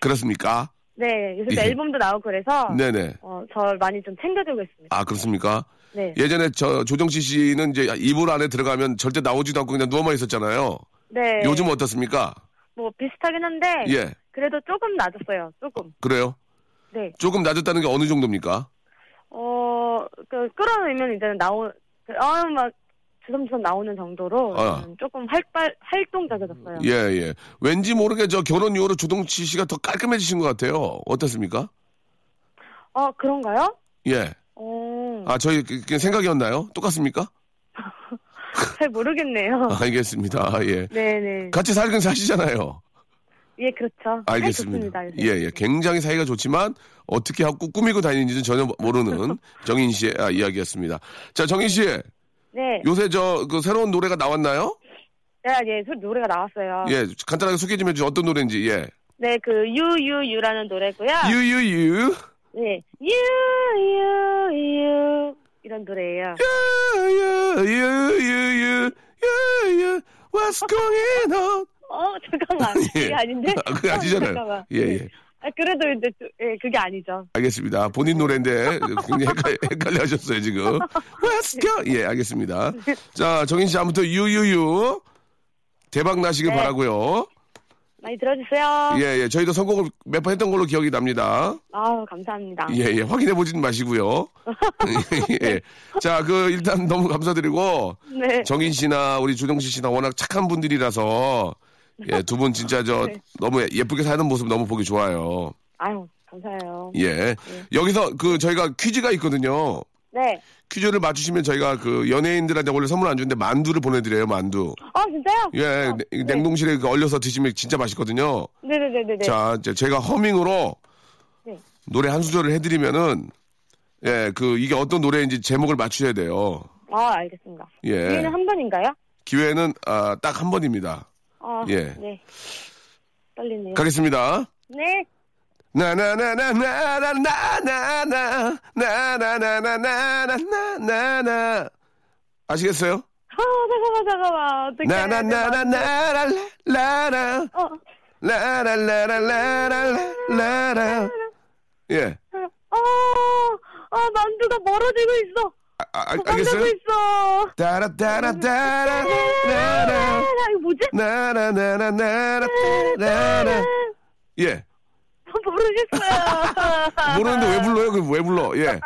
Speaker 1: 그렇습니까?
Speaker 5: 네, 요새 또
Speaker 1: 예. 앨범도
Speaker 5: 앨범도 나오고 그래서
Speaker 1: 네네.
Speaker 5: 어, 저 많이 좀 챙겨주고 있습니다.
Speaker 1: 아, 그렇습니까?
Speaker 5: 네,
Speaker 1: 예전에 저, 조정치 씨는 이제 이불 안에 들어가면 절대 나오지도 않고 그냥 누워만 있었잖아요.
Speaker 5: 네.
Speaker 1: 요즘 어떻습니까?
Speaker 5: 뭐 비슷하긴 한데
Speaker 1: 예.
Speaker 5: 그래도 조금 낮았어요. 조금.
Speaker 1: 그래요?
Speaker 5: 네.
Speaker 1: 조금 낮았다는 게 어느 정도입니까?
Speaker 5: 어, 그 끌어내면 이제는 나오, 그, 아, 막 주섬주섬 나오는 정도로
Speaker 1: 아.
Speaker 5: 저는 조금 활발 활동적이졌어요.
Speaker 1: 예, 예. 왠지 모르게 저 결혼 이후로 조동치 씨가 더 깔끔해지신 것 같아요. 어떻습니까?
Speaker 5: 어, 그런가요?
Speaker 1: 예.
Speaker 5: 어,
Speaker 1: 아, 저희 그- 그 생각이었나요? 똑같습니까?
Speaker 5: 잘 모르겠네요.
Speaker 1: 아. 알겠습니다. 예.
Speaker 5: 어. 네네.
Speaker 1: 같이 살긴 사시잖아요.
Speaker 5: 예, 그렇죠. 사이
Speaker 1: 알겠습니다.
Speaker 5: 좋습니다, 요새.
Speaker 1: 예, 예. 굉장히 사이가 좋지만 어떻게 하고 꾸미고 다니는지는 전혀 모르는
Speaker 5: *laughs*
Speaker 1: 정인 씨의 아, 이야기였습니다. 자, 정인 씨.
Speaker 5: 네.
Speaker 1: 요새 저 그 새로운 노래가 나왔나요?
Speaker 5: 네, 예, 소- 노래가 나왔어요.
Speaker 1: 예. 간단하게 소개 좀 해주세요. 어떤 노래인지. 예.
Speaker 5: 네, 그 유유유라는 노래고요.
Speaker 1: 유유유.
Speaker 5: 네, 유유유 이런 노래예요.
Speaker 1: 유유유유유유. 유유. What's going on?
Speaker 5: 어 잠깐만
Speaker 1: *laughs* 예.
Speaker 5: 그게 아닌데?
Speaker 1: 아, 그거 아시잖아요.
Speaker 5: 어, 잠깐만.
Speaker 1: 예, 예.
Speaker 5: 아, 그래도 이제 또- 예 그게 아니죠.
Speaker 1: 알겠습니다. 본인 노래인데 굉장히 헷갈, 헷갈려 하셨어요, 지금. Let's go! 예, 알겠습니다. 자, 정인 씨 아무튼 유유유 대박 나시길
Speaker 5: 네.
Speaker 1: 바라고요.
Speaker 5: 많이 들어주세요.
Speaker 1: 예, 예. 저희도 선곡을 몇 번 했던 걸로 기억이 납니다.
Speaker 5: 아우 감사합니다.
Speaker 1: 예, 예. 확인해 보진 마시고요. 예,
Speaker 5: *laughs*
Speaker 1: 예. 자, 그 일단 너무 감사드리고
Speaker 5: 네.
Speaker 1: 정인 씨나 우리 조정신 씨나 워낙 착한 분들이라서 예, 두 분 진짜 저
Speaker 5: 네.
Speaker 1: 너무 예쁘게 사는 모습 너무 보기 좋아요.
Speaker 5: 아유 감사해요.
Speaker 1: 예. 여기서 그 저희가 퀴즈가 있거든요.
Speaker 5: 네.
Speaker 1: 퀴즈를 맞추시면 저희가 그 연예인들한테 원래 선물 안 주는데 만두를 보내드려요, 만두.
Speaker 5: 아 진짜요?
Speaker 1: 예, 냉- 냉동실에 그 얼려서 드시면 진짜 맛있거든요.
Speaker 5: 네네네네네.
Speaker 1: 자, 이제 제가 허밍으로
Speaker 5: 네.
Speaker 1: 노래 한 소절을 해드리면은 예, 그 이게 어떤 노래인지 제목을 맞추셔야 돼요.
Speaker 5: 아 알겠습니다.
Speaker 1: 예.
Speaker 5: 기회는 한 번인가요?
Speaker 1: 기회는 아, 딱 한 번입니다.
Speaker 5: 아
Speaker 1: 예.
Speaker 5: 네. 떨리네요.
Speaker 1: 가겠습니다.
Speaker 5: 네.
Speaker 1: 나나나나나나나나나나나나나나나 아시겠어요?
Speaker 5: 아 잠깐만 잠깐만 어떻게
Speaker 1: 나나나나나나나나나
Speaker 5: 어
Speaker 1: 라라라라라라라라. 예.
Speaker 5: 어, 어, 만두가 멀어지고 있어.
Speaker 1: 아, 아,
Speaker 5: 멀어지고
Speaker 1: 알겠어요?
Speaker 5: 뭐 있어.
Speaker 1: 따라따라따라. 라라.
Speaker 5: 이거 뭐지?
Speaker 1: 나라나라나라. 라라. 예.
Speaker 5: 모르겠어요.
Speaker 1: *laughs* 모르는데 왜 불러요? 그럼 왜 불러? 예.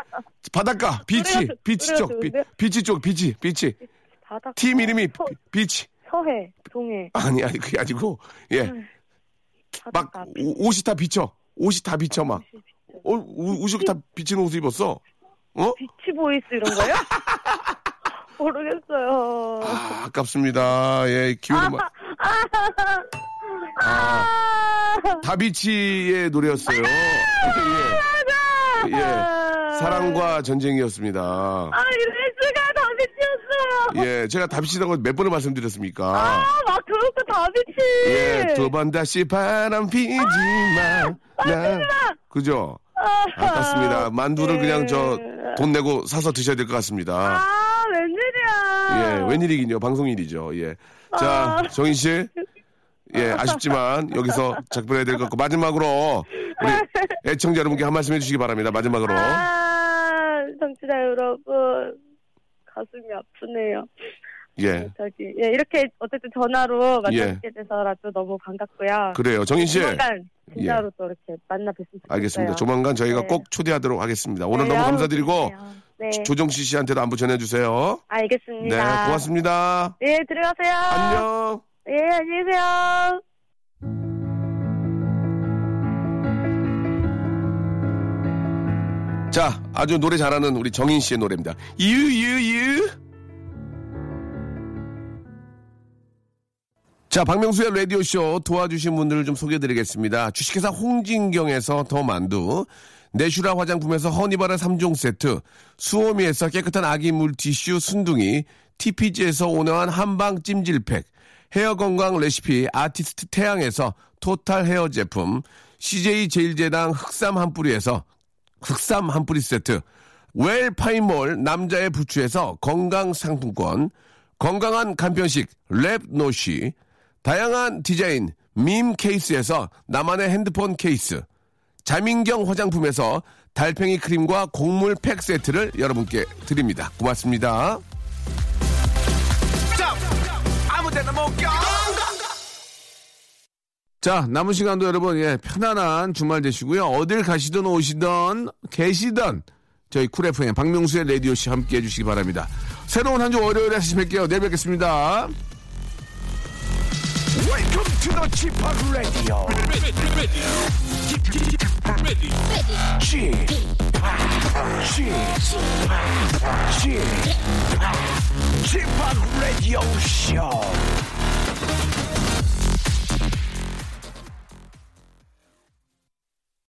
Speaker 1: 바닷가, 비치, 비치 쪽, 비, 비치 쪽, 비치, 비치.
Speaker 5: 바닷가,
Speaker 1: 팀 이름이
Speaker 5: 서,
Speaker 1: 비- 비치.
Speaker 5: 서해, 동해,
Speaker 1: 아니, 아니, 그게 아니고, 예. 막,
Speaker 5: 바닷가.
Speaker 1: 오- 옷이 다 비쳐. 옷이 다 비쳐, 막. 어, 우- 우주가 다 비치는 옷을 입었어. 어?
Speaker 5: 비치보이스 이런 거요? *laughs* 모르겠어요.
Speaker 1: 아, 아깝습니다. 예, 기운이 막.
Speaker 5: 아,
Speaker 1: 다비치의 노래였어요. 아. 예. 예. 사랑과 전쟁이었습니다.
Speaker 5: 아, 이럴 수가 다비치였어요.
Speaker 1: 예, 제가 다비치라고 몇 번을 말씀드렸습니까?
Speaker 5: 아, 막 그렇고 다비치.
Speaker 1: 예, 두 번 다시 바람 피지만 나 그죠?
Speaker 5: 아,
Speaker 1: 아깝습니다. 만두를
Speaker 5: 예.
Speaker 1: 그냥 저 돈 내고 사서 드셔야 될 것 같습니다.
Speaker 5: 아, 웬일이야.
Speaker 1: 예, 웬일이긴요. 방송일이죠. 예. 자,
Speaker 5: 아.
Speaker 1: 정인 씨. 예, 아쉽지만 여기서 작별해야 될 것 같고 마지막으로
Speaker 5: *laughs*
Speaker 1: 우리 애청자 여러분께 한 말씀 해주시기 바랍니다. 마지막으로.
Speaker 5: 아, 정치자 여러분. 가슴이 아프네요.
Speaker 1: 예.
Speaker 5: 저기, 예, 이렇게 어쨌든 전화로
Speaker 1: 예.
Speaker 5: 만나게 돼서라도 너무 반갑고요.
Speaker 1: 그래요. 정인 씨.
Speaker 5: 조만간 진짜로
Speaker 1: 예.
Speaker 5: 또 이렇게 만나 뵙으면 좋겠어요.
Speaker 1: 알겠습니다. 조만간 저희가
Speaker 5: 네.
Speaker 1: 꼭 초대하도록 하겠습니다. 오늘
Speaker 5: 네,
Speaker 1: 너무
Speaker 5: 아우,
Speaker 1: 감사드리고
Speaker 5: 좋네요. 네.
Speaker 1: 조정씨 씨한테도 안부 전해주세요. 네,
Speaker 5: 알겠습니다.
Speaker 1: 고맙습니다.
Speaker 5: 예, 들어가세요.
Speaker 1: 안녕.
Speaker 5: 예, 안녕히 계세요.
Speaker 1: 자, 아주 노래 잘하는 우리 정인 씨의 노래입니다. 유유유. 자, 박명수의 라디오쇼 도와주신 분들을 좀 소개해드리겠습니다. 주식회사 홍진경에서 더 만두, 내슈라 화장품에서 허니바라 3종 세트, 수오미에서 깨끗한 아기 물티슈 순둥이, TPG에서 온화한 한방 찜질팩, 헤어 건강 레시피 아티스트 태양에서 토탈 헤어 제품, CJ 제일제당 흑삼 한 뿌리에서 흑삼 한 뿌리 세트, 웰파인몰 남자의 부추에서 건강 상품권, 건강한 간편식 랩노시, 다양한 디자인 밈 케이스에서 나만의 핸드폰 케이스, 자민경 화장품에서 달팽이 크림과 곡물 팩 세트를 여러분께 드립니다. 고맙습니다. 자, 남은 시간도 여러분, 예, 편안한 주말 되시고요. 어딜 가시든 오시든 계시든 저희 쿨 FM 박명수의 라디오 씨 함께 해주시기 바랍니다. 새로운 한 주 월요일에 다시 뵐게요. 내일 뵙겠습니다.
Speaker 2: Welcome to the Chip Radio. Chip Radio Show.